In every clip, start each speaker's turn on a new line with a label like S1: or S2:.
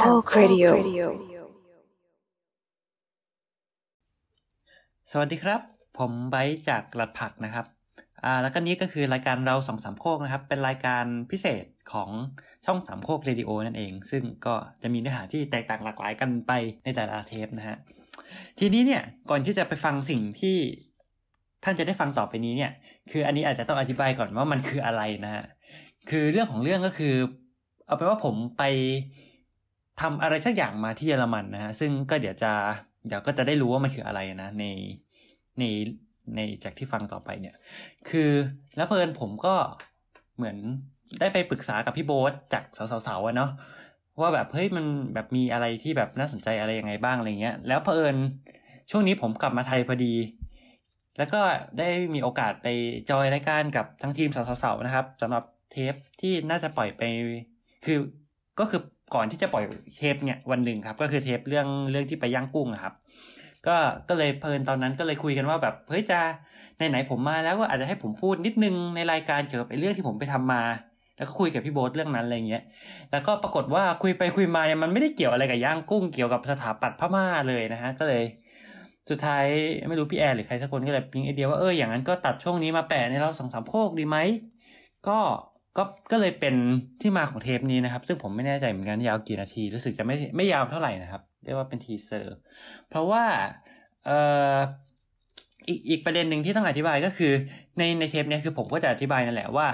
S1: Talk Radio
S2: สวัสดีครับ ผมไบร์ทจากหลัดผักนะครับอ่าแล้วก็นี้ก็คือรายการเราสองสามโคกนะครับ เป็นรายการพิเศษของช่องสามโคกเรดิโอนั่นเอง ซึ่งก็จะมีเนื้อหาที่แตกต่างหลากหลายกันไปในแต่ละเทปนะฮะทีนี้เนี่ยก่อนที่จะไปฟังสิ่งที่ท่านจะได้ฟังต่อไปนี้เนี่ย คืออันนี้อาจจะต้องอธิบายก่อนว่ามันคืออะไรนะฮะคือเรื่องของเรื่องก็คือ เอาเป็นว่าผมไปทำอะไรสักอย่างมาที่เยอรมันนะฮะซึ่งก็เดี๋ยวจะเดี๋ยวก็จะได้รู้ว่ามันคืออะไรนะ ในในในจากที่ฟังต่อไปเนี่ย คือแล้วเพลินผมก็เหมือนได้ไปปรึกษากับพี่โบ๊ทจากสาวๆอะเนาะว่าแบบเฮ้ยมันแบบมีอะไรที่แบบน่าสนใจอะไรยังไงบ้างอะไรเงี้ย แล้วเพลินช่วงนี้ผมกลับมาไทยพอดี แล้วก็ได้มีโอกาสไปจอยรายการกับทั้งทีมสาวๆนะครับสำหรับเทปที่น่าจะปล่อยไปคือก็คือก่อนที่จะปล่อยเทปเนี่ยวันหนึ่งครับ ก็คือเทปเรื่องเรื่องที่ไปย่างกุ้งอะครับ ก็ก็เลยเพลินตอนนั้นก็เลยคุยกันว่าแบบเฮ้ยจะไหนๆผมมาแล้วก็อาจจะให้ผมพูดนิดนึงในรายการเกี่ยวกับไอ้เรื่องที่ผมไปทำมา แล้วก็คุยกับพี่โบ๊ทเรื่องนั้นอะไรเงี้ยแล้วก็ปรากฏว่าคุยไปคุยมาเนี่ยมันไม่ได้เกี่ยวอะไรกับย่างกุ้งเกี่ยวกับสถาปัตย์พม่าเลยนะฮะก็เลย สุดท้ายไม่รู้พี่แอร์หรือใครสักคนก็เลยปิ๊งไอเดียว่าเอออย่างนั้นก็ตัดช่วงนี้มาแปะในเราสองสามโคกดีไหมก็ก็ก็เลยเป็นที่มาของเทปนี้นะครับ ซึ่งผมไม่แน่ใจเหมือนกันยาวกี่นาที รู้สึกจะไม่ไม่ยาวเท่าไหร่นะครับเรียกว่าเป็นทีเซอร์ เพราะว่าเอ่ออีกอีกประเด็นหนึ่งที่ต้องอธิบายก็คือในในเทปเนี้ยคือผมก็จะอธิบายนั่นแหละว่า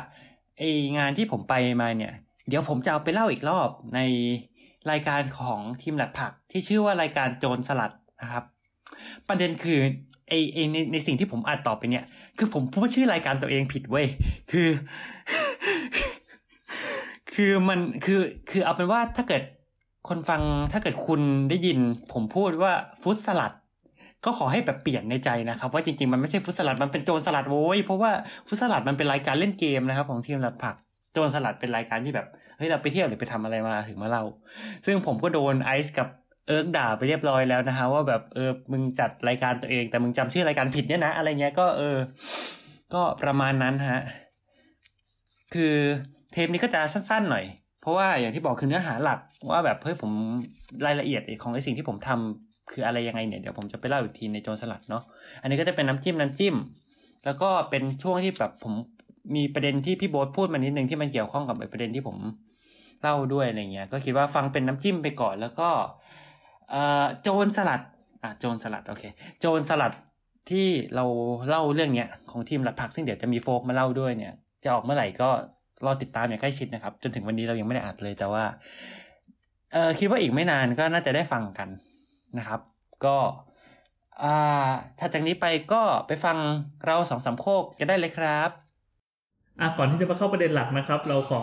S2: ไองานที่ผมไปมาเนี่ย เดี๋ยวผมจะเอาไปเล่าอีกรอบในรายการของทีมหลัดผัก ที่ชื่อว่ารายการโจรสลัดนะครับ ประเด็นคือไอไอในในสิ่งที่ผมอัดต่อไปเนี่ย คือผมพูดชื่อรายการตัวเองผิดเว้ยคือ คือมันคือคือเอาเป็นว่าถ้าเกิดคนฟังถ้าเกิดคุณได้ยิน ผมพูดว่าฟุตสลัด ก็ขอให้แบบเปลี่ยนในใจนะครับว่าจริงๆมันไม่ใช่ฟุตสลัดมันเป็นโจรสลัดโว้ยเพราะว่าฟุตสลัดมันเป็นรายการเล่นเกมนะครับ ของทีมหลัดผักโจรสลัดเป็นรายการที่แบบเฮ้ยเราไปเที่ยวหรือไปทำอะไรมาถึงมาเล่า ซึ่งผมก็โดนไอซ์กับเอิร์กด่าไปเรียบร้อยแล้วนะฮะว่าแบบเออมึงจัดรายการตัวเอง แต่มึงจำชื่อรายการผิดเนี่ยนะ อะไรเงี้ยก็เออ ก็ประมาณนั้นฮะ คือเทปนี้ก็จะสั้นๆหน่อย เพราะว่าอย่างที่บอกคือเนื้อหาหลักว่าแบบเฮ้ยผมรายละเอียดของไอ้สิ่งที่ผมทำคืออะไรยังไงเนี่ยเดี๋ยวผมจะไปเล่าอีกทีในโจรสลัดเนาะอันนี้ก็จะเป็นน้ำจิ้มน้ำจิ้ม แล้วก็เป็นช่วงที่แบบผมมีประเด็นที่พี่โบ๊ทพูดมานิดนึงที่มันเกี่ยวข้องกับไอ้ประเด็นที่ผมเล่าด้วยอะไรเงี้ย ก็คิดว่าฟังเป็นน้ำจิ้มไปก่อนแล้วก็เอ่อโจรสลัดอ่ะโจรสลัดโอเค โจรสลัดที่เราเล่าเรื่องเนี้ยของทีมหลัดผักซึ่งเดี๋ยวจะมีโฟกมาเล่าด้วยเนี่ย จะออกเมื่อไหร่ก็รอติดตามอย่างใกล้ชิดนะครับ จนถึงวันนี้เรายังไม่ได้อัดเลยแต่ว่าเออคิดว่าอีกไม่นานก็น่าจะได้ฟังกันนะครับ ก็อ่าถ้าจากนี้ไปก็ไปฟังเราสองสามโคกกันได้เลยครับ
S3: อ่ะก่อนที่จะมาเข้าประเด็นหลักนะครับ เราขอ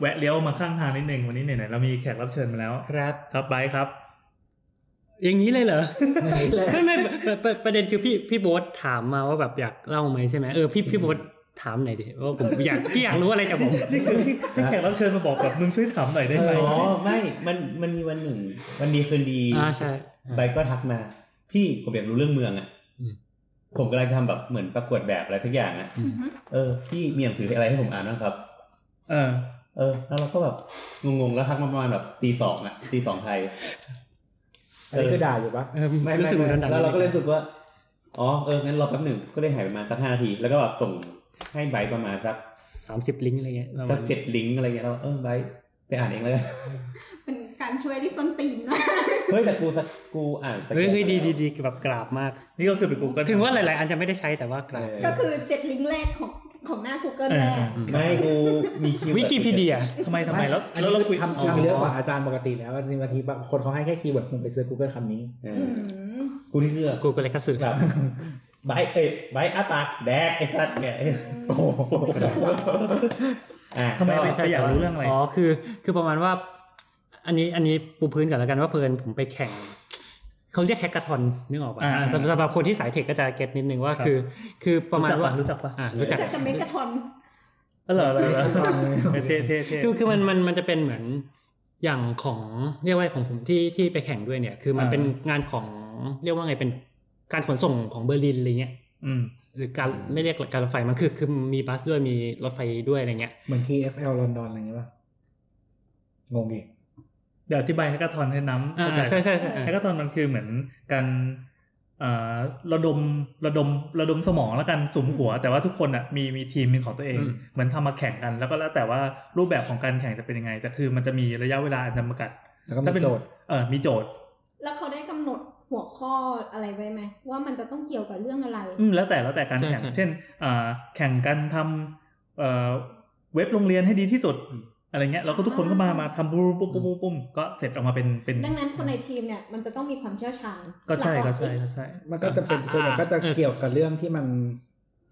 S3: แวะเลี้ยวมาข้างทางนิดหนึ่งวันนี้ไหนๆเรามีแขกรับเชิญมาแล้ว
S2: ครับ
S3: ครับไบร์ทครับ
S4: อย่างนี้เลยเหรอ ไม่ไม่ประประประเด็นคือพี่พี่โบ๊ทถามมาว่าแบบอยากเล่าไหมใช่ไหมเออพี่พี่โบ๊ทถามหน่อยดิว่าผมอยากพี่อยากรู้อะไรจากผม
S3: นี่คือให้แขกรับเชิญมาบอกแบบมึงช่วยถามหน่อยได้ไหม
S5: อ๋อไม่มันมันมีวันหนึ่ง วันดีคืนดี
S4: อ่าใช่
S5: ใบก็ทักมา พี่ผมอยากรู้เรื่องเมืองอ่ะ
S4: อืม
S5: ผมกำลังทำแบบเหมือนประกวดแบบอะไรทุกอย่างอ่ะ
S4: อืม
S5: เออพี่มีหนังสืออะไรให้ผมอ่านบ้างครับ
S3: เออ
S5: เออ แล้วเราก็แบบงงๆแล้วทักมาประมาณแบบตีสองอ่ะตีสองไทย
S6: อันนี้คือด่าอยู่ปะ
S4: เออ
S5: ไม่
S4: รู้
S5: ไม่
S4: สึกเหมือนโดน
S5: ไม่
S4: ด่า
S5: แล้วเราก็เลยรู้สึกว่าอ๋อเอองั้นรอแป๊บหนึ่งก็เลยหายไปประมาณสักห้านาที แล้วก็แบบส่งให้ใบประมาณสัก
S4: สามสิบลิงก์อะไรเงี้ยประ
S5: สั
S4: มาก ณ
S5: เจ็ดลิงก์อะไรเงี้ยเราเออใบไปอ่าน เองเลย
S7: เป็นการช่วยที่ส้นตีนมาก
S5: เฮ้ยแต่กูสักกูอ่านสัก
S4: เฮ้ยเฮ้ยดีดีดีแบบกราบมาก
S3: นี่ก็คือเป็นกูเกิล
S4: ถึงว่าหลาย ๆ อันจะไม่ได้ใช้แต่ว่ากราบ
S5: เออ
S7: ก็คือเจ็ดลิงก์แรกของของหน้า Google
S3: เอ
S7: แร
S3: อก
S5: ไม่กูมีคิว
S4: วิกิพีเดีย
S3: ทำไมทำไมแล้วแล้วเราคุย
S6: ทำทำเยอะกว่าอาจารย์ปกติแล้วจริงๆบางทีบางคนเขาให้แค่คีย์เวิร์ดมึงไปซื้อ Google คำนี้
S5: เอ
S7: อื
S5: อ
S7: ม
S5: กูนี่เลือก
S4: กูก็เลยกระสือ
S5: แบบ ใบเอ้ยใบอาปากแดกไอ้สัตว์ แกโอ้โหอ่ะ
S3: ทำไม
S5: ก็
S3: ไม่ไปอยากรู้เรื่องอะไร
S4: อ๋อคือ คือประมาณว่า อันนี้อันนี้ปูพื้นก่อนแล้วกันว่าเพลินผมไปแข่งเขาเรียกแฮกกาทอนนึกออกป่ะ
S3: อ่า
S4: สำสำหรับคนที่สายเทคก็จะเก็ตนิดนึงว่าคือ คือประมาณว่า
S3: รู้จักปะ
S4: อ่ารู้จัก
S7: จากแต่เมกะทอน
S3: เออเหรอเหรอเหรอเท่เท่เท่
S4: คือคือมันมันมันจะเป็นเหมือนอย่างของเรียกว่าของผมที่ที่ไปแข่งด้วยเนี่ย คือมันเป็นงานของเรียกว่าไงเป็นการขนส่งของเบอร์ลินอะไรเงี้ย
S3: อืม
S4: หรือการไม่เรียกการรถไฟมันคือคือมีบัสด้วยมีรถไฟด้วยอะไรเงี้ย
S6: เหมือน TFL ลอนดอนอะไรอย่างเงี้ยปะงงดิ
S8: เดี๋ยวอธิบายแฮกเกอร์ทอนให้น้ำ
S2: อ่า
S8: เข้าจ
S2: ใช่ใช่ใช่
S8: แฮ
S2: อ่ะ
S8: กเกอร์ทอนมันคือเหมือนการเอ่อระดมระดมระดมสมองแล้วกันสุมหัว แต่ว่าทุกคนอ่ะมีมีทีมมีของตัวเอง
S2: อืม
S8: เหมือนทำมาแข่งกัน แล้วก็แล้วแต่ว่ารูปแบบของการแข่งจะเป็นยังไง แต่คือมันจะมีระยะเวลาอันจำกัด
S3: แล้วก็มี
S8: ถ้าเป็น
S3: โจทย์
S8: เออมีโจทย์
S7: แล้วเขาได้กำหนดหัวข้ออะไรไว้ไหมว่ามันจะต้องเกี่ยวกับเรื่องอะไร
S8: อืมแล้วแต่แล้วแต่การแข่ง
S2: ใช่ใช่
S8: เช่นเอ่อแข่งกันทำเอ่อเว็บโรงเรียนให้ดีที่สุดอะไรเงี้ยแล้วก็ทุกคนก็มามาทำปุ๊บปุ๊บปุ๊บปุ๊บปุ๊บก็เสร็จออกมาเป็นเป็น
S7: ดังนั้นคนในทีมเนี่ยมันจะต้องมีความเชี่ยวชาญ
S8: ก็ใช่ก็ใช่
S7: แล้ว
S8: ก็ใช่
S3: มันก็จะเป็น
S2: อ่า
S3: ส่วนใหญ่ก็จะ
S2: อ่า
S3: เกี่ยวกับเรื่องที่มัน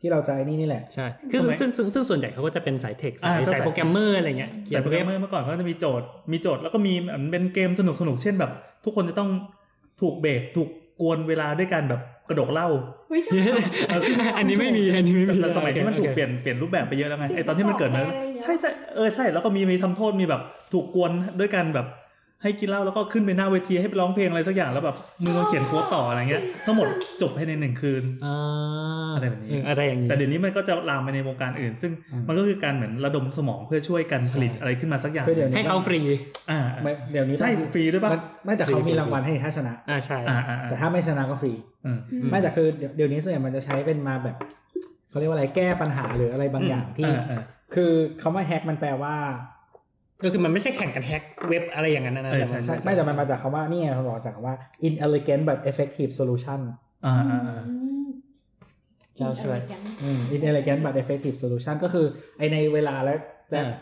S3: ที่เราใจนี่นี่แหละ
S2: ใช่คือ
S8: สมัย
S2: ซึ่งซึ่งซึ่งส่วนใหญ่เขาก็จะเป็นสายเทคสาย
S8: อ่า
S2: สายโปรแกรมเมอร์อะไรเงี้ยเขีย
S8: แต่
S2: น
S8: โปรแกร
S2: เว็บ
S8: มเมอร์เมื่อก่อนก็จะมีโจทย์ มีโจทย์แล้วก็มีเหมือนเป็นเกมสนุกสนุกๆเช่นแบบ ทุกคนจะต้องถูกเบรกถูกกวนเวลาด้วยการแบบกระดกเหล้า
S7: อุ๊ยชอบ
S2: อันนี้ไม่มีอันนี้ไม่มี
S8: แต่สมัยนี้มัน
S2: โอเค
S8: ถูกเปลี่ยนเปลี่ยนรูปแบบไปเยอะแล้วไงไอตอนที่มันเกิดมา
S7: เปลี่ยนรูปแบบไปเยอะ
S8: ใช่ใช่เออใช่แล้วก็มีมีทำโทษมีแบบถูกกวนด้วยการแบบให้กินเหล้าแล้วก็ขึ้นไปหน้าเวทีให้ไปร้องเพลงอะไรสักอย่างแล้วแบบมือมาเขียนโค้ดต่ออะไรเงี้ยทั้งหมดจบภายในหนึ่งคืน
S2: อ่า
S8: อะไรแบบนี้
S2: เอะไรอย่างนี้
S8: แต่เดี๋ยวนี้มันก็จะลามไปในวงการอื่น ซึ่ง
S3: อืม
S8: มันก็คือการเหมือนระดมสมองเพื่อช่วยกันผลิตอะไรขึ้นมาสักอย่าง
S3: คือเดี๋ยวนี้
S2: ให้เขาฟรี
S8: อ่า
S3: มันเดี๋ยวนี้
S8: ใช่ฟรีด้วยป่ะ
S3: มันไม่แต่เขามีรางวัลให้ถ้าชนะ
S2: อ่าใช่
S8: อ่าอ่าอ่า
S3: แต่ถ้าไม่ชนะก็ฟรี
S8: อืม
S7: อืม
S3: ไม่แต่คือเดี๋ยวเดี๋ยวนี้ส่วนใหญ่มันจะใช้เป็นมาแบบเขาเรียกว่าอะไรแก้ปัญหาหรืออะไรบางอย่างที่
S8: เออ
S3: คือคำว่าแฮกมันแปลว่า
S2: ก็คือมันไม่ใช่แข่งกันแฮ็กเว็บอะไรอย่างนั้นนะ
S8: เออ
S2: แต่
S8: ใช่
S2: มัน
S8: ใช่
S3: ไม่แต่มันมาจากคำว่านี่ไงเขาบอกจากคำว่า inelegant but effective solution
S8: เอออ่าอ่า
S2: เจ้าช่วย
S3: อืม inelegant but effective solution ก็คือไอในเวลาและและ
S2: อ่า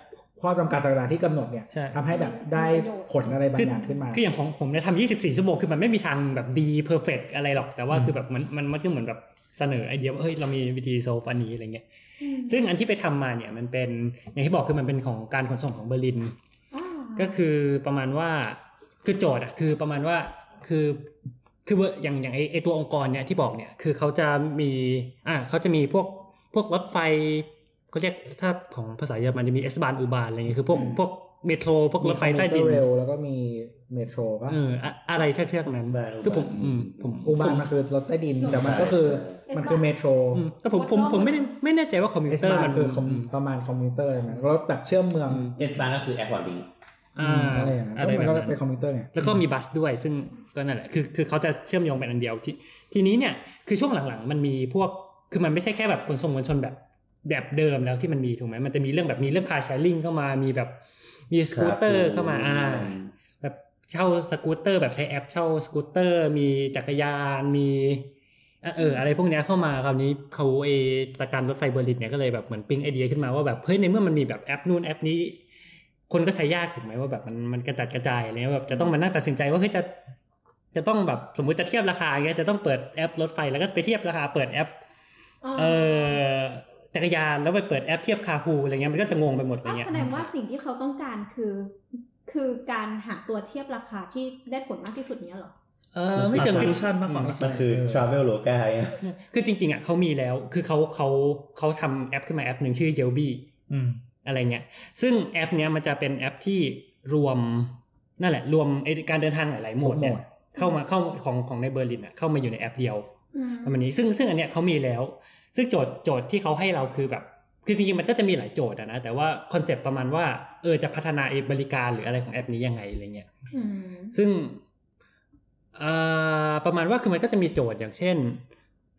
S3: ข้อจำกัดต่างๆที่กำหนดเนี่ย
S2: ใช่
S3: ทำให้แบบได้ผลอะไรบาง
S2: คือ
S3: อย่างขึ้นมา
S2: คืออย่างของผมเนี่ยทำ24 ชั่วโมงคือมันไม่มีทางแบบดีเพอร์เฟกอะไรหรอก แต่ว่าคือแบบมันมันมันก็เหมือนแบบเสนอไอเดียว่าเฮ้ยเรามีวิธีโซฟอันนี้อะไรเงี้ย ซึ่งอันที่ไปทำมาเนี่ยมันเป็นอย่างที่บอกคือมันเป็นของการขนส่งของเบอร์ลิน ก็คือประมาณว่าคือโจทย์อะคือประมาณว่าคือคือเวอร์อย่างอย่างไอไอตัวองค์กรเนี่ยที่บอกเนี่ยคือเขาจะมีอ่าเขาจะมีพวกพวกรถไฟเขาเรียกถ้าของภาษาเยอรมันจะมีเอสบานอูบานอะไรเงี้ยคือพวกพวกเมโทรพวกรถไฟใต้ดิน
S3: เรลแล้วก็มีเมโทรป่ะ
S2: เอออะอะไรเทือกๆนั้น คือผมอืมผม
S3: อุบานมันคือรถใต้ดิน แต่มันก็คือมันคือเมโทร
S2: อืมแต่ผมผมผมไม่ได้ไม่แน่ใจว่าคอมพิว
S3: เอส
S2: เตอร์
S3: บา
S2: มัน
S3: คือคอมประมาณคอมพิวเตอร์เลยนะรถแบบเชื่อมเมือง
S2: อืม
S5: เอสบาร์ก็คือแอร์พอร์ตลิง
S2: อ่า
S3: อะไรอย่างเงี้ย
S2: อะไรแบบ
S3: ก็
S2: นั้น
S3: เป็นคอมพิวเตอร์ไง
S2: แล้วก็มีบัสด้วยซึ่งก็นั่นแหละคือคือเขาจะเชื่อมโยงเป็นอันเดียวที่ทีนี้เนี่ยคือช่วงหลังๆ มันมีพวกคือมันไม่ใช่แค่แบบขนส่งมวลชนแบบแบบเดิมแล้วที่มันมีถูกไหมมันจะมีเรื่องแบบมีเรื่องคาร์แชร์ลิงเข้ามามีแบบมีสกูตเตอร์เข้ามาอ่าแบบเช่าสกูตเตอร์แบบใช้แอปเช่าสกูตเตอร์ มีจักรยานมีเอ่อเอออะไรพวกเนี้ยเข้ามาคราวนี้เขาเอตะการรถไฟเบอร์ลินเนี่ยก็เลยแบบเหมือนปิ๊งไอเดียขึ้นมาว่าแบบเฮ้ยในเมื่อมันมีแบบแอปนู่นแอปนี้ คนก็ใช้ยากถูกไหมว่าแบบมันมันกระจัดกระจายอะไรเงี้ยแบบจะต้องมานั่งตัดสินใจว่าเฮ้ยจะจะต้องแบบสมมุติจะเทียบราคาเงี้ยจะต้องเปิดแอปรถไฟแล้วก็ไปเทียบราคาเปิดแอปเออจักรยานแล้วไปเปิดแอปเทียบคาพูอะไรเงี้ยมันก็จะงงไปหมดอะไร
S7: ก็
S2: เงี้ย
S7: แสดงว่าสิ่งที่เขาต้องการคือ คือการหาตัวเทียบราคาที่ได้ผลมากที่สุดเนี้ยเหรอ
S2: เออไม่เชิง
S8: solution มากกว่า
S5: มันคือ travel loca ไง
S2: คือจริงๆอ่ะเขามีแล้วคือเขาเขาเขาทำแอปขึ้นมาแอปหนึ่งชื่อเยลบี้
S8: อืม
S2: อะไรเงี้ย ซึ่งแอปเนี้ยมันจะเป็นแอปที่รวมนั่นแหละ รวมไอ้การเดินทางหลายๆโหมดเนี่ยเข้ามาเข้าของของในเบอร์ลินอ่ะเข้ามาอยู่ในแอปเดียว
S7: อืม
S2: ประมาณนี้ซึ่งซึ่งอันเนี้ยเขามีแล้ว ซึ่งโจทย์โจทย์ที่เขาให้เราคือแบบ คือจริงๆมันก็จะมีหลายโจทย์อะนะ แต่ว่าคอนเซปต์ประมาณว่า เออจะพัฒนาไอ้บริการหรืออะไรของแอปนี้ยังไงอะไรเงี้ย
S7: อืม
S2: ซึ่งเอ่อประมาณว่าคือมันก็จะมีโจทย์อย่างเช่น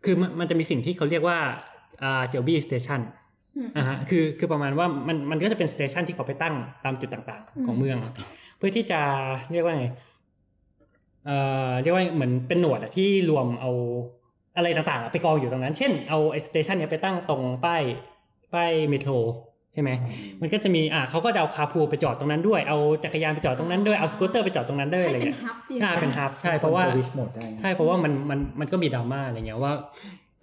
S2: คือมันมันจะมีสิ่งที่เขาเรียกว่าเจลบี้สเตชัน
S7: อืม
S2: อ่าฮะคือคือประมาณว่ามันมันก็จะเป็นสเตชันที่เขาไปตั้งตามจุดต่างๆ ของ
S7: อืม
S2: เมือง เพื่อที่จะเรียกว่าไงเอ่อเรียกว่าเหมือนเป็นหน่วยอะที่รวมเอาอะไรต่างๆอะไปกองอยู่ตรงนั้น เช่นเอาไอสเตชันเนี้ยไปตั้งตรงป้ายป้ายเมโทรใช่ไหม มันก็จะมีอ่าเขาก็จะเอาคาพูไปจอดตรงนั้นด้วย เอาจักรยานไปจอดตรงนั้นด้วย เอาสกูตเตอร์ไปจอดตรงนั้นด้วย
S7: ให้
S2: อะไร
S7: เป็น
S2: เงี้ย
S7: ฮับอย่าง
S2: อ่า
S7: งี้ย
S2: เป็นฮับใช่เพราะว่า
S3: สวิชโหมดได้
S2: ใช่เพราะว่ามันมันมันก็มีดราม่าอะไรเงี้ยว่า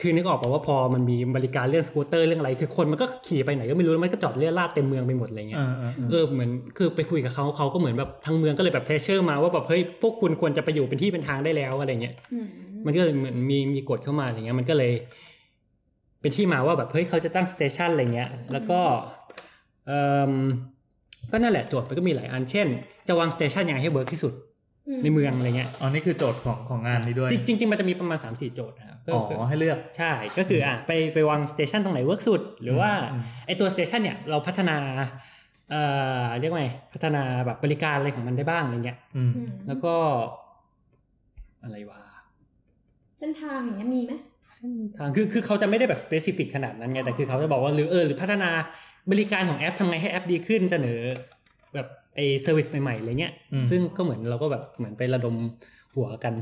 S2: คือนึกออกป่าว่าพอมันมีบริการเรื่องสกูตเตอร์เรื่องอะไร คือคนมันก็ขี่ไปไหนก็ไม่รู้แล้วมันก็จอดเลี่ยราดเต็มเมืองไปหมดอะไรเงี้ย
S8: เออเออเออ
S2: เออเหมือนคือไปคุยกับเขาเขาก็เหมือนแบบทางเมืองก็เลยแบบเพรสเชอร์มาว่าแบบเฮ้ยพวกคุณควรจะไปอยู่เป็นที่เป็นทางได้แล้วอะไรเงี้ย
S7: อืม
S2: มันก็เลยเหมือนมีมีกฎเข้ามาอะไรเงี้ยมันก็เลย เป็นที่มาว่าแบบเฮ้ยเขาจะตั้งสเตชันอะไรเงี้ย แล้วก็เอมก็นั่นแหละโจทย์มันก็มีหลายอันเช่น จะวางสเตชันยังไงให้เวิร์กที่สุดในเมืองอะไรเงี้ย
S8: อ๋อนี่คือโจทย์ของของงานนี้ด้วย
S2: จริงจริง ๆ มันจะมีประมาณ 3 4 โจทย์นะครับก็
S8: อ๋อ
S2: คือ
S8: ให้เลือก
S2: ใช่ก็คืออ่ะไปไปวางสเตชันตรงไหนเวิร์กสุด หรือว่า
S8: ม
S2: ไอตัวสเตชันเนี่ยเราพัฒนา เอ่อเรียกว่าไงพัฒนาแบบบริการอะไรของมันได้บ้างอะไรเงี้ย
S8: อืม
S7: อืม
S2: แล้วก็ อะไรวะ
S7: เส้นทางอย่างเงี้ยมีไหม
S2: ทางคือคือเขาจะไม่ได้แบบ specific ขนาดนั้นไงแต่คือเขาจะบอกว่าหรือเออหรือพัฒนาบริการของแอปทำไงให้แอปดีขึ้นเสนอ แบบไอ้เซอร์วิสใหม่ๆอะไรเงี้ย
S8: อืม
S2: ซึ่งก็เหมือนเราก็แบบเหมือนไประดมหัวกัน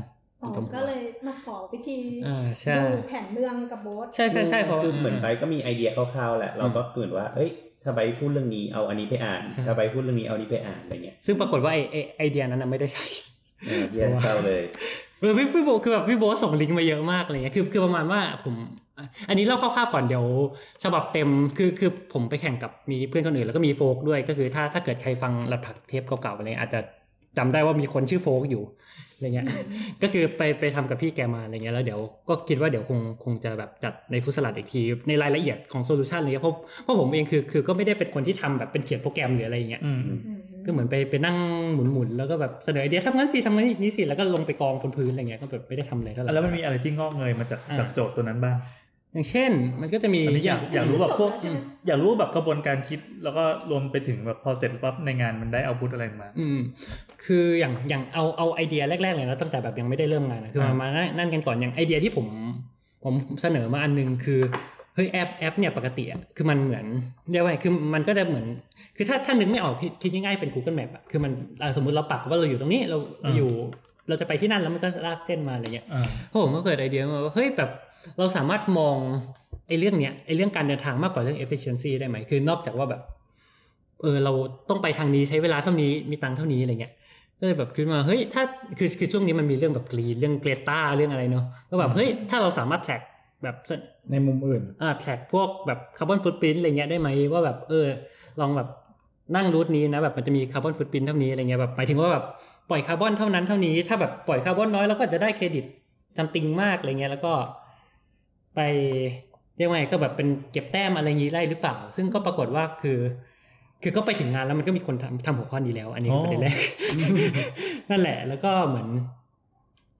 S7: อ๋อ
S2: ระดมหัว
S7: ก็เลยมาขอวิธี
S2: อ่าใช่
S7: ดูแผนเมืองกับโบส
S2: ใช่ใช่ใช่เพราะว่า
S5: คือเหมือนไปก็มีไอเดียคร่าวๆแหละ เราก็เหมือนว่า เอ้ย ถ้าไปพูดเรื่องนี้เอาอันนี้ไปอ่าน
S2: ครับ
S5: ถ้าไปพูดเรื่องนี้เอาอันนี้ไปอ่านอะไรเงี้ย
S2: ซึ่งปรากฏว่าไอไอ้ไอเดียนั้นนะไม่ได้ใช้
S5: เออเยี่ยมเศร้าเลย
S2: เออพี่พี่โบคือแบบพี่โบทส่งลิงก์มาเยอะมากอะไรเงี้ยคือคือประมาณว่าผมอ่ะอันนี้เล่าคร่าวๆก่อนเดี๋ยวฉบับเต็มคือคือผมไปแข่งกับมีเพื่อนคนอื่นแล้วก็มีโฟกด้วยก็คือถ้าถ้าเกิดใครฟังหลัดผักเทปเก่าๆอะไรเงี้ยอาจจะจำได้ว่ามีคนชื่อโฟกอยู่อะไรเงี้ย ก็คือไปไปทำกับพี่แกมาอะไรเงี้ยแล้วเดี๋ยวก็คิดว่าเดี๋ยวคงคงจะแบบจัดในฟุตสลัดอีกทีในรายละเอียดของโซลูชันอะไรเลยเพราะเพราะผมเองคือคือก็ไม่ได้เป็นคนที่ทำแบบเป็นเขียนโปรแกรมหรืออะไรเงี้ย
S8: อืม
S2: ก็เหมือนไปไปนั่งหมุนๆ แล้วก็แบบเสนอไอเดียทำงั้นสิทำงั้นนี้สิแล้วก็ลงไปกองบนพื้นอะไรเงี้ยก็แบบไม่ได้ทำอะไรเท่าไหร่
S8: แล้วมันมีอะไรที่งอกเงยมาจาก
S2: อ่า
S8: จากโจทย์ตัวนั้นบ้าง
S2: อย่างเช่น มันก็จะมี
S8: อันนี้อยากอยากรู้แบบพวก
S7: ใช่ไหม
S8: อยากรู้แบบกระบวนการคิดแล้วก็รวมไปถึงแบบพอเสร็จปั๊บในงานมันได้เอาพุทอะไรมา
S2: อืมคืออย่างอย่างเอาเอาไอเดียแรกๆเลยนะตั้งแต่แบบยังไม่ได้เริ่มงานนะคือมา
S8: อ่าม
S2: มานั่งนั่นกันก่อนอย่างไอเดียที่ผมผมเสนอมาอันหนึงคือเฮ้ยแอปแอปเนี่ยปกติอะคือมันเหมือนเรียกว่าไงคือมันก็จะเหมือน คือถ้าถ้านึกไม่ออกคิดคิดง่ายๆเป็น Google Map อะคือมันอ่ะสมมุติเราปักว่าเราอยู่ตรงนี้เราเราอยู่เราจะไปที่นั่นแล้วมันก็ลากเส้นมาอะไรเงี้ย
S8: อ่า
S2: ผมก็เกิดไอเดียมาว่าเฮ้ยแบบเราสามารถมองไอ้เรื่องเนี้ยไอ้เรื่องการเดินทางมากกว่าเรื่อง efficiency ได้ไหมคือนอกจากว่าแบบเออเราต้องไปทางนี้ใช้เวลาเท่านี้มีตังค์เท่านี้อะไรเงี้ยก็เลยแบบคิดมาเฮ้ยถ้าคือคือช่วงนี้มันมีเรื่องแบบกรีเรื่องเกรตาเรื่องอะไรเนาะก็แบบเฮ้ยถ้าเราสามารถแท็กแบบ
S3: ในมุมอื่น
S2: อ่าแท็กพวกแบบคาร์บอนฟุตปรินต์อะไรเงี้ยได้ไหมว่าแบบเออลองแบบนั่งรูทนี้นะแบบมันจะมีคาร์บอนฟุตปรินต์เท่านี้อะไรเงี้ยแบบหมายถึงว่าแบบปล่อยคาร์บอนเท่านั้นเท่านี้ถ้าแบบปล่อยคาร์บอนน้อยเราก็จะได้เครดิตจำติงมากอะไรเงี้ยแล้วก็ไปเรียกว่าไงก็แบบเป็นเก็บแต้มอะไรอย่างงี้ได้หรือเปล่า ซึ่งก็ปรากฏว่าคือ คือก็ไปถึงงานแล้วมันก็มีคนทำทำหัวข้อนี้แล้ว อันนี้
S8: อ๋อ
S2: ประเด็นแรก นั่นแหละ แล้วก็เหมือน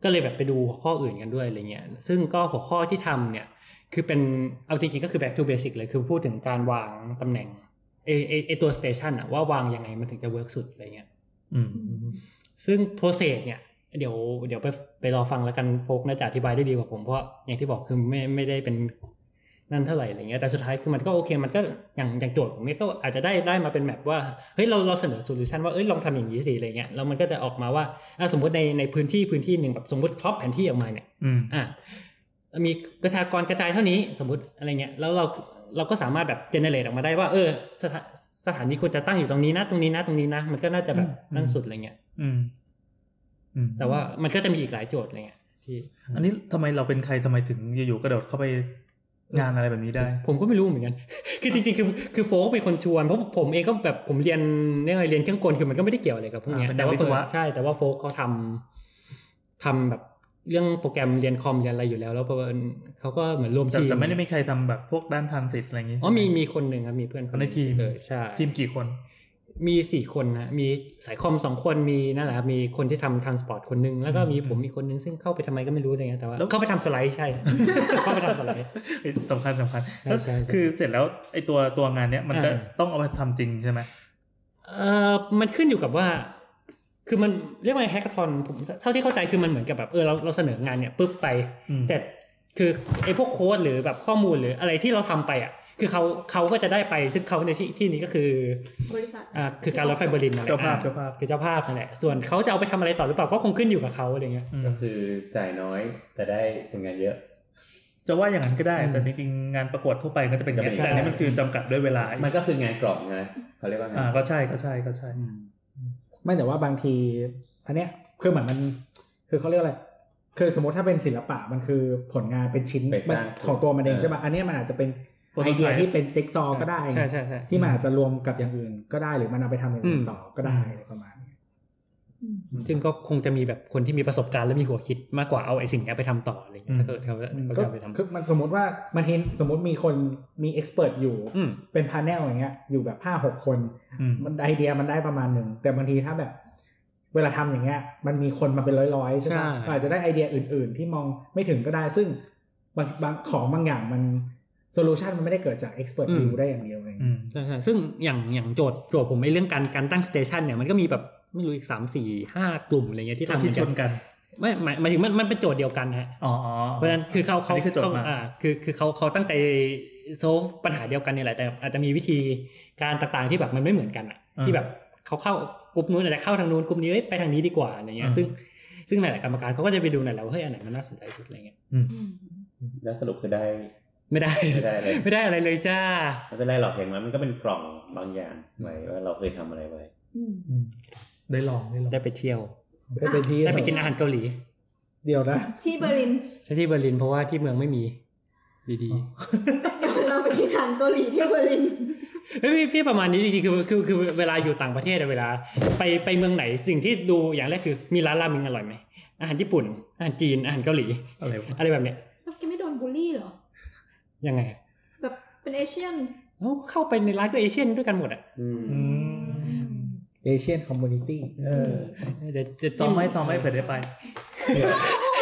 S2: ก็เลยแบบไปดูหัวข้ออื่นกันด้วยอะไรเงี้ยซึ่งก็หัวข้อที่ทำเนี่ย คือเป็นเอาจริงๆก็คือ back to basic เลยคือพูดถึงการวางตำแหน่งไอไอไอตัว station อะว่าวางยังไงมันถึงจะ work สุดอะไรเงี้ย
S8: อืม
S2: ซึ่ง process เนี่ย เดี๋ยวเดี๋ยวไปไปรอฟังแล้วกันโฟกน่าจะอธิบายได้ดีกว่าผมเพราะอย่างที่บอกคือไม่ไม่ได้เป็นนั่นเท่าไหร่อะไรเงี้ยแต่สุดท้ายคือมันก็โอเคมันก็อย่างอย่างโจทย์ผมเนี่ยก็อาจจะได้ได้มาเป็นแมปว่าเฮ้ยเราเราเสนอโซลูชันว่าเอ้ยลองทำอย่างนี้สิอะไรเงี้ยแล้วมันก็จะออกมาว่าอ่ะสมมติในในพื้นที่พื้นที่หนึ่งแบบสมมติครอบแผนที่ออกมาเนี่ย
S8: อืม
S2: อ่ะมีประชากรกระจายเท่านี้สมมติอะไรเงี้ยแล้วเราเราก็สามารถแบบเจเนเรตออกมาได้ว่าเออสถาสถานีควรจะตั้งอยู่ตรงนี้นะ ตรงนี้นะ ตรงนี้นะ มันก็น่าจะแบบ
S8: อืม
S2: นั่นสุดอะไรเงี้ย
S8: อืมอืม
S2: แต่ว่ามันก็จะมีอีกหลายโจทย์อะไรเงี้ยที่
S8: อันนี้ทำไมเราเป็นใครทำไมถึงอยู่ๆกระโดดเข้าไปงานอะไรแบบนี้ได้
S2: ผมก็ไม่รู้เหมือนกัน คือจริงๆคือคือโฟกเป็นคนชวนเพราะผมเองก็แบบผมเรียนเรียกอะไรเรียนเครื่องกลคือมันก็ไม่ได้เกี่ยวอะไรกับพวกเนี้ย
S8: อ่าเป็น
S2: แต่ว่า
S8: วิศวะ
S2: ใช่แต่ว่าโฟกเขาทำทำแบบเรื่องโปรแกรมเรียนคอมเรียนอะไรอยู่แล้ว แล้วเพราะว่าเขาก็เหมือนรวม
S8: แต่
S2: ทีม
S8: แต่ไม่ได้มีใครทำแบบพวกด้านทันสิทธิ์อะไรอย่างงี้
S2: อ๋อ
S8: ใช่ไห
S2: มีมีคนหนึ่งครับมีเพื่อนคหง
S8: ในทีม
S2: เลยใช่
S8: ทีมกี่คน
S2: มีสี่คนนะมีสายคอมสองคนมีนั่นแหละครับมีคนที่ทำทรานสปอร์ตคนหนึงแล้วก็มี
S8: อืม
S2: ผมอีกคนหนึงซึ่งเข้าไปทำไมก็ไม่รู้อะไรเงี้ยแต่ว่า
S8: แล้ว
S2: เข้าไปทำสไลด์ใช่ เข้าไปทำสไลด์
S8: สำคัญสำคัญ
S2: ใช่
S8: แล้ว
S2: ใช่ใช่
S8: คือเสร็จแล้วไอ้ตัวตัวงานเนี้ยมันก็
S2: อ่า
S8: ต้องเอาไปทำจริงใช่ไหม
S2: เออมันขึ้นอยู่กับว่า คือมันเรียกว่าแฮกเกอร์ทอนผมเท่าที่เข้าใจคือมันเหมือนกับแบบเออเราเราเสนองานเนี่ยปุ๊บไป
S8: อืม
S2: เสร็จคือไอ้พวกโค้ดหรือแบบข้อมูลหรืออะไรที่เราทำไปอ่ะ คือเขาเขาก็จะได้ไปซึ่งเขาในที่ที่นี้ก็คือ
S7: บริษัท
S2: อ่าคือการรถไฟเบอร์ลินนั่นแหละ
S8: เจ้าภาพ
S2: อ่
S8: เจ้าภาพ
S2: คือเจ้าภาพนั่นแหละส่วนเขาจะเอาไปทำอะไรต่อหรือเปล่าก็คงขึ้นอยู่กับเขาอะไรเงี้ย
S8: อืม
S5: ก็คือจ่ายน้อยแต่ได้ผลงานเยอะ
S8: จะว่าอย่างนั้นก็ได้
S2: อืม
S8: แต่จริงๆงานประกวดทั่วไปก็จะเป็นอย่างนี้
S5: ใช่
S8: แต่อันนี้มันคือจำกัดด้วยเวลา
S5: มันก็คืองานกรอบไงเขาเรียกว่างาน
S8: อ่าก็ใช่ก็ใช่ก็ใช่
S3: ไม่แต่ว่าบางทีอันเนี้ยคือเหมือนมัน คือเขาเรียกอะไรคือสมมติถ้าเป็นศิลปะมันคือผลงานเป็นชิ้นมันของตัวมันเองใช่ป่ะอันเนี้ยมันอาจจะเป็นไอเดีย
S8: Prototype
S3: ที่เป็นจิ๊กซอว์ก็ได้
S2: ใช่ใช่ใช่
S3: ที่มันอาจจะรวมกับอย่างอื่นก็ได้หรือมันเอาไปทำอย่างอื่
S2: อื
S3: น
S2: ม
S3: ต่อก็ได้อะไรประมาณนี้
S2: ซึ่งก็คงจะมีแบบคนที่มีประสบการณ์และมีหัวคิดมากกว่าเอาไอ้สิ่งเนี้ยไปทำต่ออะไรเงี้
S8: อื
S2: ย
S8: ม
S2: ถ้าเกิดเขาเขา
S3: ก็
S2: จะเอาไปทำ
S3: คือมันสมมติว่ามันเห็นสมมติมีคนมีเอ็กซ์เพรสอยู่
S2: อืม
S3: เป็นพาแนลอย่างเงี้ยอยู่แบบห้าหกคน
S8: อืม
S3: มันไอเดียมันได้ประมาณหนึ่งแต่บางทีถ้าแบบ เวลาทำอย่างเงี้ย มันมีคนมาเป็นร้อยๆใช่
S2: ใช่
S3: ปะมันอาจจะได้ไอเดียอื่น ๆ ที่มองไม่ถึงก็ได้ ซึ่งบางบางของบางอย่างมัน โซลูชันมันไม่ได้เกิดจาก expert
S2: อืม
S3: view ได้อย่างเดียวอะไรอย่าง
S8: อื
S3: เงี้ย
S8: ม
S2: ใช่ใช่ซึ่งอย่างอย่างโจทย์โจทย์ผมไอ้เรื่องการการตั้งสเตชันเนี่ยมันก็มีแบบไม่รู้อีกสามสี่ห้ากลุ่มอะไรเงี้ยที่ทำเห
S8: คิ
S2: มื
S8: ด
S2: อน
S8: ช
S2: กัน
S8: นกัน
S2: ไม่หมายหมายถึงมันมันเป็นโจทย์เดียวกันฮะ
S8: อ๋ออ๋อ
S2: เพราะฉะนั้นคือเขาเขา
S8: นนี้คือจด
S2: เขา
S8: มา
S2: อ่าคือคือเขาเขาตั้งใจโซฟปัญหาเดียวกันเนี่ยแหละแต่อาจจะมีวิธีการต่างๆที่แบบมันไม่เหมือนกันอ่ะ ที่แบบเขาเข้ากลุ่มนู้นอาจจะเข้าทางนู้นกลุ่มนี้เอ้ยไปทางนี้ดีกว่าอะไรเงี้ยซึ่งซึ่งหลายๆกรรมการเขาก็จะไปดูหน่อยแหล้วาเฮ้ยอันไหนมันน่าสนใจสุดอะไรเงี้ย
S7: อืม
S5: แล้วสรุปคือได้
S2: ไม่ได้
S5: ไม่ได้เลย
S2: ไม่ได้อะไรเลยจ้า
S5: ไม่เป็นไรหรอกอย่างนั้นมันก็เป็นกล่องบางอย่างไว้ว่าเราเคยทำอะไรไว้
S7: อืม
S8: อืมได้ลองได้ลอง
S2: ได้ไปเที่ยว
S3: ได้ไปที่
S2: ได้ไปกินอาหารเกาหลี
S3: เดียวนะ
S7: ที่เบอร์ลิน
S2: ใช่ที่เบอร์ลินเพราะว่าที่เมืองไม่มี ดี
S7: เดี๋ยวเราไปกินอาหารเกาหลีที่เบอร์ลิน
S2: ๆเฮ้ยพี่พี่ประมาณนี้จริงๆคือคือคือเวลาอยู่ต่างประเทศอะเวลา ไปไปเมืองไหนสิ่งที่ดูอย่างแรกคือมีร้านราเมงอร่อยไหมอาหารญี่ปุ่นอาหารจีนอาหารเกาหลี
S8: อะไรวะ
S2: อะไรแบบเนี้ย
S7: แล้วแกไม่โดนบูลลี่เหรอ
S2: ยังไง
S7: แบบเป็นเอเชียน
S2: เอ้าเข้าไปในร้านก็เอเชียนด้วยกันหมดอ่ะ
S5: อืม
S8: อืม
S3: Asian Community
S8: เออ
S2: เดี๋ยวจะ
S8: ซ้อมไหมซ้อมไหมเผื่อได้ไป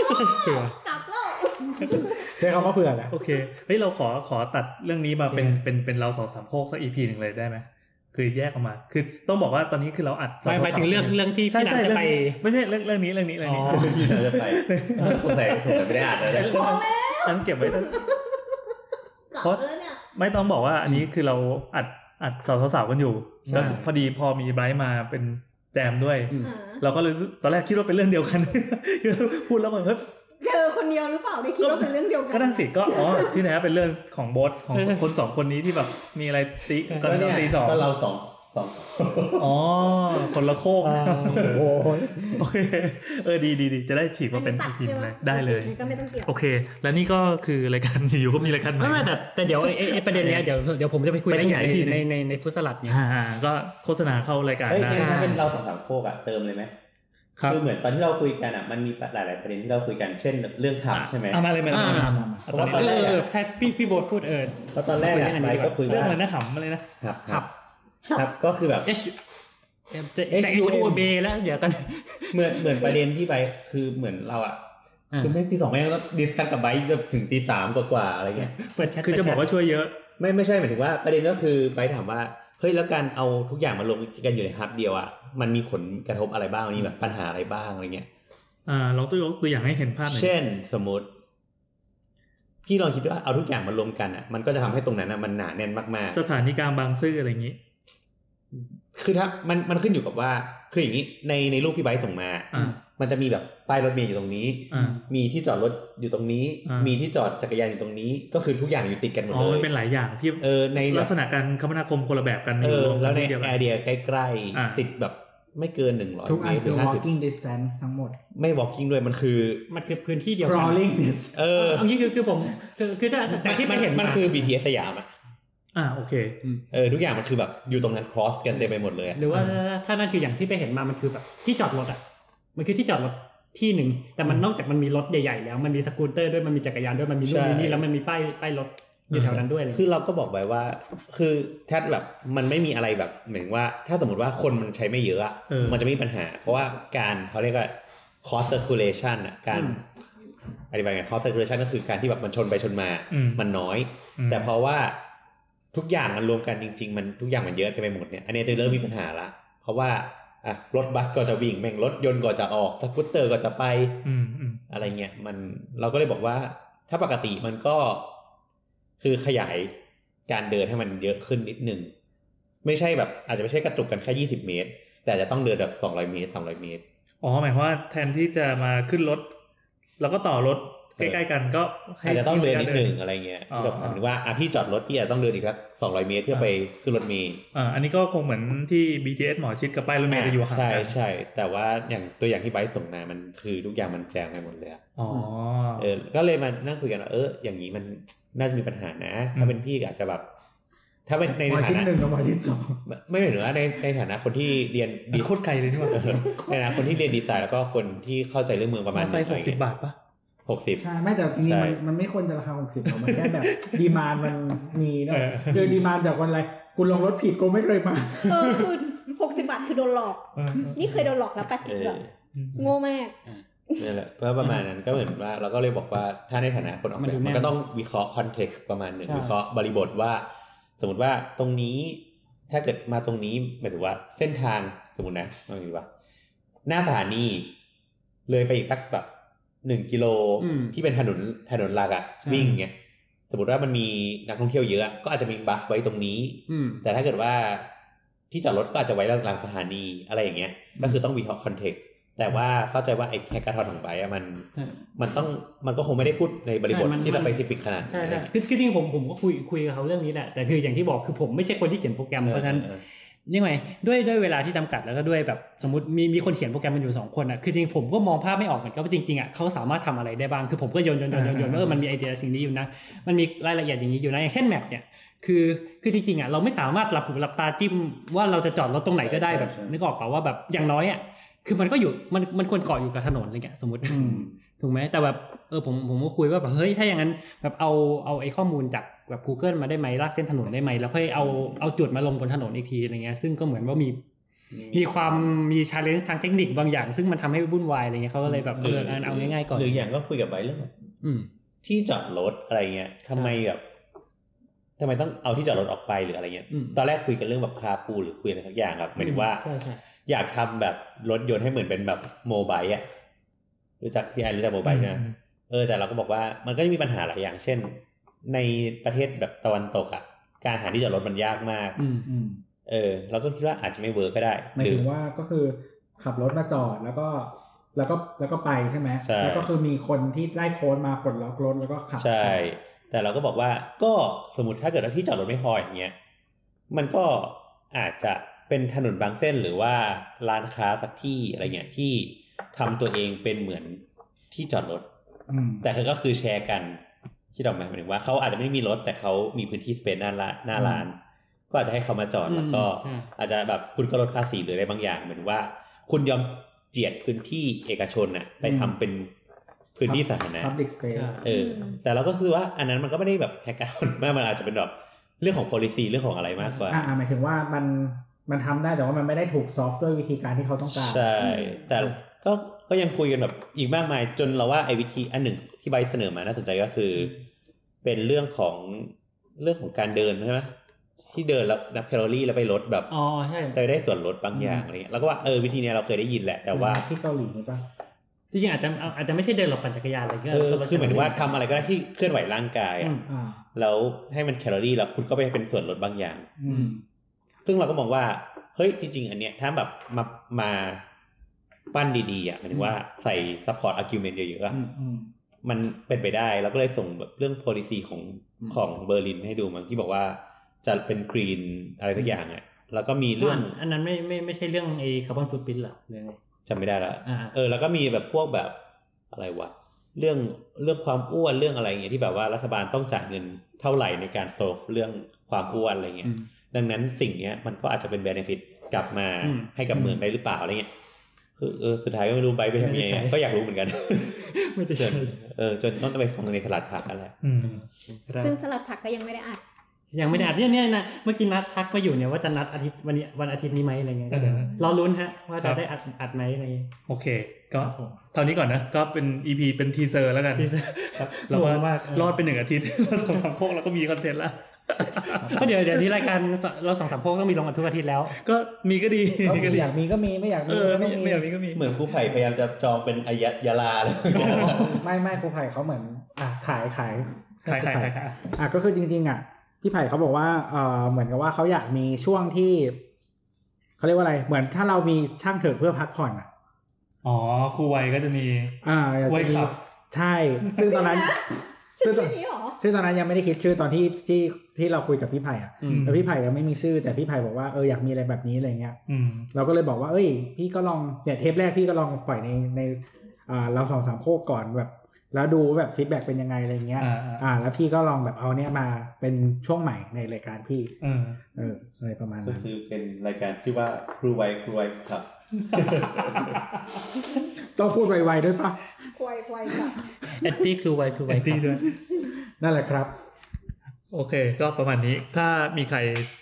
S2: ก็จะเผื่อ
S7: กลับแล้ว
S3: ใช้คำว่าเผื่อนะ
S8: โอเค เฮ้ยเราขอขอตัดเรื่องนี้มา
S2: โอเค
S8: เป็นเป็นเป็นเราสองสามโคกสักอีพีหนึ่งเลยได้ไหมคือแยกออกมา คือต้องบอกว่าตอนนี้คือเราอัด
S2: หมายหมายถึงเรื่องเรื่องที่
S8: ใช่
S2: พี่
S8: ใช่
S2: นัทจะไป
S8: เรื่องไม่ใช่เรื่องเรื่องนี้เรื่องนี้เรื่องนี้
S2: อ๋อ
S5: พี่เราจะไปสงสัยผมจะไม่ได้อ่านเลย
S8: พอแล้วนั้นเก็บไว้ตั้ง
S7: กลับ
S8: เพราะ
S7: แล้วเนี่ย
S8: ไม่ต้องบอกว่าอันนี้คือเราอัดอัดสาวๆกันอยู่
S2: ใช่
S8: แล้วพอดีพอมีไบรท์มาเป็นแจมด้วย
S2: อืม
S7: เออ
S8: เราก็เลยตอนแรกคิดว่าเป็นเรื่องเดียวกัน พูดแล้วมันเฮ้ย
S7: เธอคนเดียวหรือเปล่าได้คิดว่าเป็นเรื่องเดียวกัน
S8: ก็นั่นสิก็อ๋อที่ไหนเป็นเรื่องของโบทของคนสองคนนี้ที่แบบมีอะไรตีกันตอนตีสอง
S5: ก็เราสองสอง
S8: อ๋อคนละโคก
S2: อ่า
S3: โอ้โห
S8: โอเค เออดีดีดีจะได้ฉีกมาเป็น
S7: อัตัด
S8: ทีม
S7: ใช่
S8: เล
S7: ปะ
S8: ยได้เลย
S7: ก็ไม่ต้องเกี่ยว
S8: โอเค และนี่ก็คือรายการ อยู่ก็มีรายการใหม่
S2: ไม่ไม่แต่แต่เดี๋ยวไอ้ไอ้ไอ้ประเด็นเนี้ยเดี๋ยวเดี๋ยวผมจะไปคุย
S8: ไปข
S2: ใน
S8: ยายทีหนึ่ง
S2: ในในในฟุตสลัดเนี่ย
S8: อ่าก็โฆษณาเข้ารายการ
S5: เฮ้ย
S8: ได้
S5: งั้นถ้าเป็นเราสองสามโคกอะเติมเลยไหม
S8: ครับ
S5: คือเหมือนตอนที่เราคุยกันอะมันมีหลายๆประเด็นที่เราคุยกันเช่นเรื่องข่าวใช่ไหม
S8: อ่ะมาเลยมาเลยมาเลย
S2: อ่ะ
S8: มา
S2: เอ
S5: ผมว่าตอน
S8: เลย
S5: แรก
S2: อเออใช่พี่พี่โบ๊ทพูดเออ
S5: เพราะตอนแรกอะ
S2: คุยเรื่องอันนี้ดีกว่า
S5: ไปก็คุย
S8: เรื่องอะไร
S5: ว่า
S8: นะขำอะไรนะ
S5: ครับ
S2: ขับ
S5: ครับก็คือแบบ
S2: เอชจะจะ H O B แล้วเดี๋ยวกัน
S5: เหมือนเหมือนประเด็นที่ไปคือเหมือนเราอะ
S2: อ่า
S5: คือไม่ตีสองแม่งแล้วดิสคัทกับไบค์จนถึงตีสามกว่าๆอะไรเงี้ย
S2: เปิดแชท
S8: คือจะบอกว่าช่วยเยอะ
S5: ไม่ไม่ใช่หมายถึงว่าประเด็นก็คือไปถามว่าเฮ้ยแล้วการเอาทุกอย่างมารวมกันอยู่ในฮับเดียวอ่ะมันมีผลกระทบอะไรบ้างมีแบบปัญหาอะไรบ้างอะไรเงี้ย
S8: อ่าลองตัวยกตัวอย่างให้เห็นภาพหน่อย
S5: เช่นสมมติพี่ลองคิดว่าเอาทุกอย่างมารวมกันอ่ะ มันก็จะทำให้ตรงนั้นอ่ะมันหนาแน่นมาก
S8: สถานีกลางบางซื่ออะไรอย่างนี้
S5: ๆ คือถ้ามันมันขึ้นอยู่กับว่าคืออย่างนี้ในในรูปพี่ไบร์ทส่งมา
S8: อ่า
S5: มันจะมีแบบป้ายรถเมล์อยู่ตรงนี้
S8: อ่า
S5: มีที่จอดรถอยู่ตรงนี้
S8: อ่ามี
S5: มีที่จอดจักรยานอยู่ตรงนี้ ก็คือทุกอย่างอยู่ติดกันหมด
S8: อ๋อ
S5: เล
S8: มัน
S5: ย
S8: เป็นหลายอย่างที่
S5: เออในแบบ
S8: ลักษณะการคมนาคมคนละแบบกัน
S5: เออ
S8: รม
S5: แล้วใน
S8: ที่เดียกั
S5: แอร์เดียใกล้
S8: อ่า
S5: ๆ ติดแบบไม่เกินหนึ่งร้อย
S3: ทุก
S5: เม
S3: อัน
S5: ตรห
S3: คื
S5: รือ อห้าสิบ
S3: walking distance ทั้งหมด
S5: ไม่ walking ด้วยมันคือ
S2: มันคือพื้นที่เดียวกัน
S3: crawling distance
S5: เออ
S2: เอางี้คือคือผมคือคือถ้าแต่ที่
S5: มั
S2: ไม่เห็น
S5: มันคือ BTS สยามอ่ะ
S8: อ่าโอเค
S5: เออทุกอย่างมันคือแบบอยู่ตรงนั้น cross กันเต็มไปหมดเลยอะ
S2: หรือว่าถ้านั่นคืออย่างที่ไปเห็นมามันคือแบบที่จอดรถอ่ะมันคือที่จอดรถที่หนึ่งแต่มันนอกจากมันมีรถใหญ่ๆแล้วมันมีสกูตเตอร์ด้วยมันมีจักรยานด้วยมันมีนู่นมีนี่แล้วมันมีป้ายป้ายรถอยู่แถวนั้นด้วยอะไรอย่าง
S5: คื
S2: เงี้ย
S5: อเราก็บอกไปว่า คือแทบแบบมันไม่มีอะไรแบบเหมือนว่า ถ้าสมมติว่าคนมันใช้ไม่เยอะอะ
S8: เออ
S5: มันจะไม่มีปัญหา เพราะว่าการเขาเรียกว่า cross circulation อะการอธิบายไง cross circulation ก็คือการที่แบบมันชนไปชนมา
S8: อืม
S5: มันน้อย
S8: อืม
S5: แต่เพราะว่าทุกอย่างมันรวมกันจริง ๆ มันทุกอย่างมันเยอะกันไปหมดเนี่ยอันนี้จะเริ่มมีปัญหาละเพราะว่าอ่ะรถบัสก็จะวิ่งแม่งรถยนต์ก็จะออกสกูตเตอร์ก็จะไป
S8: อืมอืม
S5: อะไรเงี้ยมันเราก็เลยบอกว่า ถ้าปกติมันก็คือขยายการเดินให้มันเยอะขึ้นนิดนึงไม่ใช่แบบ อาจจะไม่ใช่กระตุกกันแค่ยี่สิบเมตร แต่อาจจะต้องเดินแบบสองร้อยเมตรสามร้อยเมตร
S8: อ๋อหมายความว่าแทนที่จะมาขึ้นรถ แล้วก็ต่อรถ
S5: เออ
S8: ใกล้ๆกันก็ให้
S5: อาจจะต้องเดินนิดนึง
S8: เ
S5: อะไรเงี้ย
S8: อ๋อ
S5: ที่แบบหมายถึงว่าอ่ะพี่จอดรถพี่อาจจะต้องเดินอีกสักสองร้อยเมตรเพื่อไปขึ้นรถเมล์
S8: อ่าอันนี้ก็คงเหมือนที่ BTS หมอชิดกับป้ายรถเมล์จะอยู่ห่าง
S5: ใช่
S8: กัน
S5: ใช่แต่ว่าอย่างตัวอย่างที่ไบร์ทส่งมามันคือทุกอย่างมันแจงไปหมดเลยอะ
S8: อ๋อ
S5: เออก็เลยมานั่งคุยกันว่าเอออย่างนี้มันน่าจะมีปัญหานะ
S8: อืม
S5: ถ้าเป็นพี่ก็อาจจะแบบ ถ้าเป็นใน
S3: หมอ
S5: ฐา
S3: ชิ้น
S5: นะ
S3: หนึ่งกับหมอชิ้นสอง
S5: ไม่ไม่เหมือนว่าในในฐานะคนที่เรียน
S8: ดีโคตรไกลเลยนี่หว่า
S5: เออในฐานะคนที่เรียนดีไซน์แล้วก็คนที่เข้าใจเรื่องเมืองประมา
S8: มา
S5: ณ
S8: ไซค์หกสิบบาทปะ
S5: หกสิบ
S3: ใช่ไม่แต่จริง
S5: ใช่
S3: ๆมันมันไม่ควรจะราคาหกสิบหรอกมันแค่แบบ ดีมานมันมีเน
S8: เอ
S3: อะ
S8: อ
S3: คือดีมานจากวันอะไรกูลงรถผิดกูไม่เคยมา
S7: เออคือหกสิบบาทคือโดนหลอก
S8: เออ
S7: นี่เคยโดนหลอกแล้วแปดสิ
S5: เอบ อ
S7: เหรอโง่มาก
S5: นั่นแหละเพราะประมาณนั้นก็เหมือนว่าเราก็เลยบอกว่าถ้าในฐานะคนออก
S2: มั
S5: แบ
S2: นดู
S5: บ
S2: แน่น
S5: มันก็ต้องวิเคราะห์คอนเท็กซ์ประมาณหนึ่ง
S2: ใช่
S5: วิเคราะห์บริบทว่า สมมติว่าตรงนี้ถ้าเกิดมาตรงนี้หมายถึงว่าเส้นทางสมมตินะเอาอย่างนี้ดีกว่า หน้าสถานี เลยไปอีกสักแบบหนึ่งกิโล
S2: อืม
S5: ที่เป็นถนนถนนหลักอะ
S2: ใช่
S5: วิ่งเงี้ยสมมติว่ามันมีนักท่องเที่ยวเยอะอะก็อาจจะมีบัสไว้ตรงนี้
S2: อืม
S5: แต่ถ้าเกิดว่าที่จอดรถก็อาจจะไว้หลังสถานีอะไรอย่างเงี้ยก็คือต้องวิเคราะห์คอนเทกต์แต่ว่าเข้าใจว่าไอ้แฮกกาทอนของไบร์ทอะมัน
S2: ใช่
S5: มันต้องมันก็คงไม่ได้พูดในบริบท
S2: ใช่มัน
S5: ที่ส
S2: มัน
S5: เปซิฟิกขนาด
S2: ใช่
S5: นั้น
S2: ใช่คือคือจริงๆผมผมก็คุยคุยกับเขาเรื่องนี้แหละ แต่คืออย่างที่บอกคือผมไม่ใช่คนที่เขียนโปรแกรมเพราะฉะนั้น
S5: ออ
S2: ยังไงด้วยด้วยเวลาที่จำกัดแล้วก็ด้วยแบบสมมติมีมีคนเขียนโปรแกรมมันอยู่สองคนอ่ะคือจริงผมก็มองภาพไม่ออกเหมือนกันว่าจริงๆอ่ะเขาสามารถทำอะไรได้บ้างคือผมก็โยนโยนโยนโยนโยนว่าเออมันมีไอเดียสิ่งนี้อยู่นะ มันมีรายละเอียดอย่างนี้อยู่นะอย่างเช่นแมปเนี่ยคือคือจริงๆอ่ะเราไม่สามารถหลับหูหลับตาจิ้มว่าเราจะจอดรถตรงไหนก็ได้แบบ
S5: ใช่ใช่
S2: นึกออกเปล่าว่าแบบอย่างน้อยอ่ะคือมันก็อยู่มันมันควรเกาะอยู่กับถนนอะไรเงี้ยสมมติ
S3: อืม
S2: ถูกไหมแต่แบบเออผมผมก็คุยว่าแบบเฮ้ยถ้าอย่างนั้นแบบเอาเอาไอ้ข้อมูลจากแบบ Google มาได้ไหมลากเส้นถนนได้ไหมแล้วค่อยเอาเอาจุดมาลงบนถนนอีกทีอะไรเงี้ยซึ่งก็เหมือนว่ามีมีความมีชาเลนจ์ทางเทคนิคบางอย่าง ซึ่งมันทำให้วุ่นวายอะไรเงี้ยเขาก็เลยแบบเอออันเอาง่ายๆก่อน
S5: หรืออย่างก็คุยกับไบร์ทเรื่องแบบ
S2: อืม
S5: ที่จอดรถอะไรเงี้ยทำไมแบบทำไมต้องเอาที่จอดรถออกไปหรืออะไรเงี้ย
S2: อืม
S5: ตอนแรกคุยกันเรื่องแบบคาปูหรือคุยอะไรทักอย่างแบบหมายถึงว่า
S2: ใช่ใช่
S5: อยากทำแบบรถยนต์ให้เหมือนเป็นแบบโมบายอะรู้จักพี่ไอรู้จักโมบายใช่ไหม เออแต่เราก็บอกว่ามันก็จะมีปัญหาหลายอย่าง เช่น ในประเทศแบบตะวันตกอะ่ะการหาที่จอดรถมันยากมาก
S2: อืม
S3: อืม
S5: เออ เราก็คิดว่าอาจจะไม่เวิร์กก็ได้
S3: หมาย
S5: หรื
S3: ถึ
S5: อ
S3: งว่าก็คือขับรถมาจอดแล้วก็ แล้วก็แล้วก็ไปใช่ไหม
S5: ใช่
S3: แล้วก็คือมีคนที่ไล่โค้ดมาปลดล็อกรถแล้วก็ขับ
S5: ใช่ แต่เราก็บอกว่าก็สมมติถ้าเกิดว่าที่จอดรถไม่พออย่างเงี้ยมันก็อาจจะเป็นถนนบางเส้นหรือว่าร้านค้าสักที่อะไรเงี้ยที่ทำตัวเองเป็นเหมือนที่จอดรถ
S3: อืม
S5: แต่คือก็คือแชร์กันที่ดอกไม้หมายถึงว่าเขาอาจจะไม่มีรถแต่เขามีพื้นที่สเปซหน้าร้านหน้าร้าน ก็อาจจะให้เขามาจอด
S2: อืม
S5: แล้วก็
S2: ใช่
S5: อาจจะแบบคุณก็ลดภาษีหรืออะไรบางอย่างเหมือนว่า คุณยอมเจียดพื้นที่เอกชนน่ะไปทำ
S3: อืม
S5: เป็นพื้นที่สาธารณะ
S3: public space
S5: เอออ
S7: ม
S5: แต่เราก็คือว่าอันนั้นมันก็ไม่ได้แบบแฮกเกอร์มากมันอาจจะเป็นแบบเรื่องของ policy เรื่องของอะไรมากกว่า
S3: อ่าหมายถึงว่ามันมันทำได้แต่ว่ามันไม่ได้ถูกซอฟต์ด้วยวิธีการที่เขาต้องการ
S5: ใช่แต่ก็ก็ยังคุยกันแบบอีกมากมาย จนเราว่าไอ้วิธีอันหนึ่งที่ใบร์ทเสนอมาน่าสนใจก็คือ เป็นเรื่องของเรื่องของการเดินใช่ไหมที่เดินแล้วนับแคลอรี่แล้วไปลดแบบ
S2: อ๋อใช่
S5: เราได้ส่วนลดบางอย่าง
S3: อืม
S5: อะไรเงี้ยแล้วก็ว่าเออวิธีเนี้ยเราเคยได้ยินแหละ แต่ว่า
S3: ที่เกาหลีนี่ปะ
S2: จริงๆอาจจะเอาอาจจะไม่ใช่เดินหรอกปั่นจักรยานอะไรก็
S5: เออคือเหมือนว่าทำอะไรก็ได้ที่เคลื่อนไหวร่างกาย
S2: อื
S5: อะ
S2: ม
S3: อ่า
S5: แล้วให้มันแคลอรี่แล้วคุณก็ไปเป็นส่วนลดบางอย่าง
S3: อืม
S5: ซึ่งเราก็มองว่าเฮ้ยจริง ๆ อันเนี้ยถ้าแบบมามาปั้นดีๆอ่ะหมายถึงว่าใส่ซัพพอร์ตอาร์กิวเมนต์เยอะๆอะ
S2: อืม
S3: อืม
S5: มันเป็นไปได้เราก็เลยส่งแบบเรื่อง policy ของของเบอร์ลินให้ดูมันที่บอกว่าจะเป็นกรีนอะไรสักอย่างอ่ะแล้วก็มีเรื่อง
S2: อันนั้นไม่ไม่ไม่ใช่เรื่องไอ้คาร์บอนฟุตพิ้นหรอหรือไง
S5: จำไม่ได้ละ
S2: อ่า
S5: เออ แล้วก็มีแบบพวกแบบอะไรวะ เรื่องเรื่องความอ้วนเรื่องอะไรอย่างเงี้ยที่แบบว่ารัฐบาลต้องจ่ายเงินเท่าไหร่ในการโซฟเรื่องความอ้วนอะไรเงี้ย
S2: อืม
S5: ดังนั้นสิ่งเนี้ยมันก็อาจจะเป็นเบนฟิตกลับมา
S2: อืม
S5: ให้กับเมืองได้หรือเปล่าอะไรเงี้ย คือเออสุดท้ายก็ไม่รู้ไบร์ทไปทำยังไง
S2: ไม่ได้ใช้
S5: อะก็อยากรู้เหมือนกัน
S2: ไม่ได้ใช่
S5: เออจนต้องไปฟังในตลาดผักนั่นแหละ
S8: อืม
S7: ซึ่งสลัดผักก็ยังไม่ได้อัด
S2: ยังไม่ได้อัดเนี่ยเนี่ยนะเมื่อกี้นัดทักมาอยู่เนี่ยว่าจะนัดอาทิตย์วันนี้วันอาทิตย์นี้ไหมอะไรเงี้ยก็เดี๋ยว
S8: อืม
S2: รอลุ้นฮะว่าจะได้อัดอัดไหมอะไรเงี้ย
S8: โอเค ก็เท่านี้ก่อนนะ ก็เป็นอีพีเป็นทีเซอร์แล้วกัน
S2: teaser
S8: ครับเราก็
S2: งงมากเออ
S8: รอดเป็นหนึ่งอาทิตย์ เราสองสามโคกเราก็มีคอนเทนต์แล้ว
S2: ก็เดี๋ยวเดี๋ยวนี้รายการเราสองสามพวกต้องมีลงอัดทุกอาทิตย์แล้ว
S8: ก็มีก็ดี
S3: ก็
S8: มีก็ดี
S3: อยากมีก็มีไม่อยาก
S8: เอ
S3: มี
S8: อ
S3: ก็
S8: ไม่
S3: ไม่
S8: ไม่
S3: มี
S8: อยากมีก็มี
S5: เหมือนครูไผ่พยายามจะจองเป็นอายะยาลาเลย
S3: ไม่ไม่ครูไผ่เขาเหมือน อ่ะขายขาย
S8: ขายขายขายขาย
S3: อ่ะก็คือจริงๆอ่ะพี่ไผ่เขาบอกว่าเออเหมือนกับว่าเขาอยากมีช่วงที่เขาเรียกว่าอะไร เหมือนถ้าเรามีช่างเถอะเพื่อพักผ่อนอ่ะ
S8: อ๋อครูไวยก็จะมี
S3: อ่าอยากจะ
S8: ไว้
S3: มี
S8: ขับ
S3: ใช่ ซึ่งตอนนั้น
S7: ชื่อง
S3: ซึ่ตอน
S7: นี้เหรอ
S3: ซึ่งตอนนั้นยังไม่ได้คิดชื่อตอนที่ที่ที่เราคุยกับพี่ไผ่อ่ะ
S8: อืม
S3: แต่พี่ไผ่ยังไม่มีชื่อแต่พี่ไผ่บอกว่าเอออยากมีอะไรแบบนี้อะไรเงี้ย
S8: อืม
S3: เราก็เลยบอกว่า เอ้ย พี่ก็ลอง เนี่ยเทปแรกพี่ก็ลองปล่อยในในอ่าเราสองสามโคกก่อนแบบ แล้วดูว่าแบบฟีดแบ็กเป็นยังไงอะไรเงี้ย
S8: อ่าอ่า
S3: อ่า แล้วพี่ก็ลองแบบเอาเนี่ยมาเป็นช่วงใหม่ในรายการพี่
S8: เออ
S3: เออ อะไรประมาณ
S5: ก็
S3: นั้น
S5: คือเป็นรายการที่ว่าครูไว้ครูไว้ครับ
S3: ต้องพูดไวๆด้วยปะ
S7: ควายควายกับ
S2: แอนตี้คือไวคือไว
S8: แอนตี้ด้วย
S3: นั่นแหละครับ
S8: โอเค ก็ประมาณนี้ ถ้ามีใคร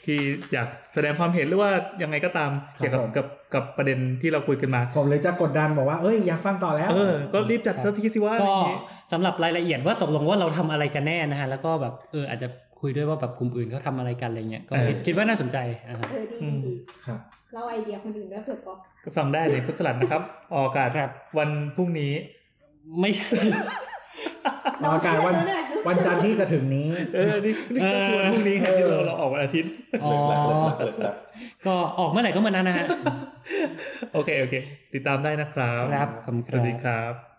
S8: ที่อยากแสดงความเห็นหรือว่ายังไงก็ตามเกี่ยวกับ
S3: ผม
S8: กับกับประเด็นที่เราคุยกันมา
S3: ผมเลยจะกดดันบอกว่าเอ้ยอยากฟังต่อแล้ว
S8: เออ ก็รีบจัดสักทีสิว่าอะไร
S2: ก็
S8: อย่างงี้
S2: สำหรับรายละเอียดว่าตกลงว่าเราทำอะไรกันแน่นะฮะ แล้วก็แบบเอออาจจะคุยด้วยว่าแบบกลุ่มอื่นเขาทำอะไรกันอะไรเงี้ยก็
S3: เออ
S2: คิดคิดว่าน่าสนใจอ่าฮะ
S7: เออดีดีดี
S3: ครับ
S7: เราไอเดียคนอื่นด้วยเถอะป๊อก
S8: ก็ฟังได้ในพุทธสลัดนะครับ ออกอากาศวันพรุ่งนี้
S2: ไม่ใช่
S3: ออกอากาศวัน
S7: เยเย
S3: วันจันทร์ที่จะถึงนี้
S8: เออ นี่นี่ก็คือวันพรุ่งนี้ฮะที่เราเราออกวันอาทิตย์
S2: อ๋อก็ออกเมื่อไหร่ก็เมื่อนั้นนะฮะ
S8: โอเค โอเค ติดตามได้นะครับ
S2: ครับขอบคุณ
S8: ส
S2: ค
S8: วัส
S2: รับ
S8: ดีครับ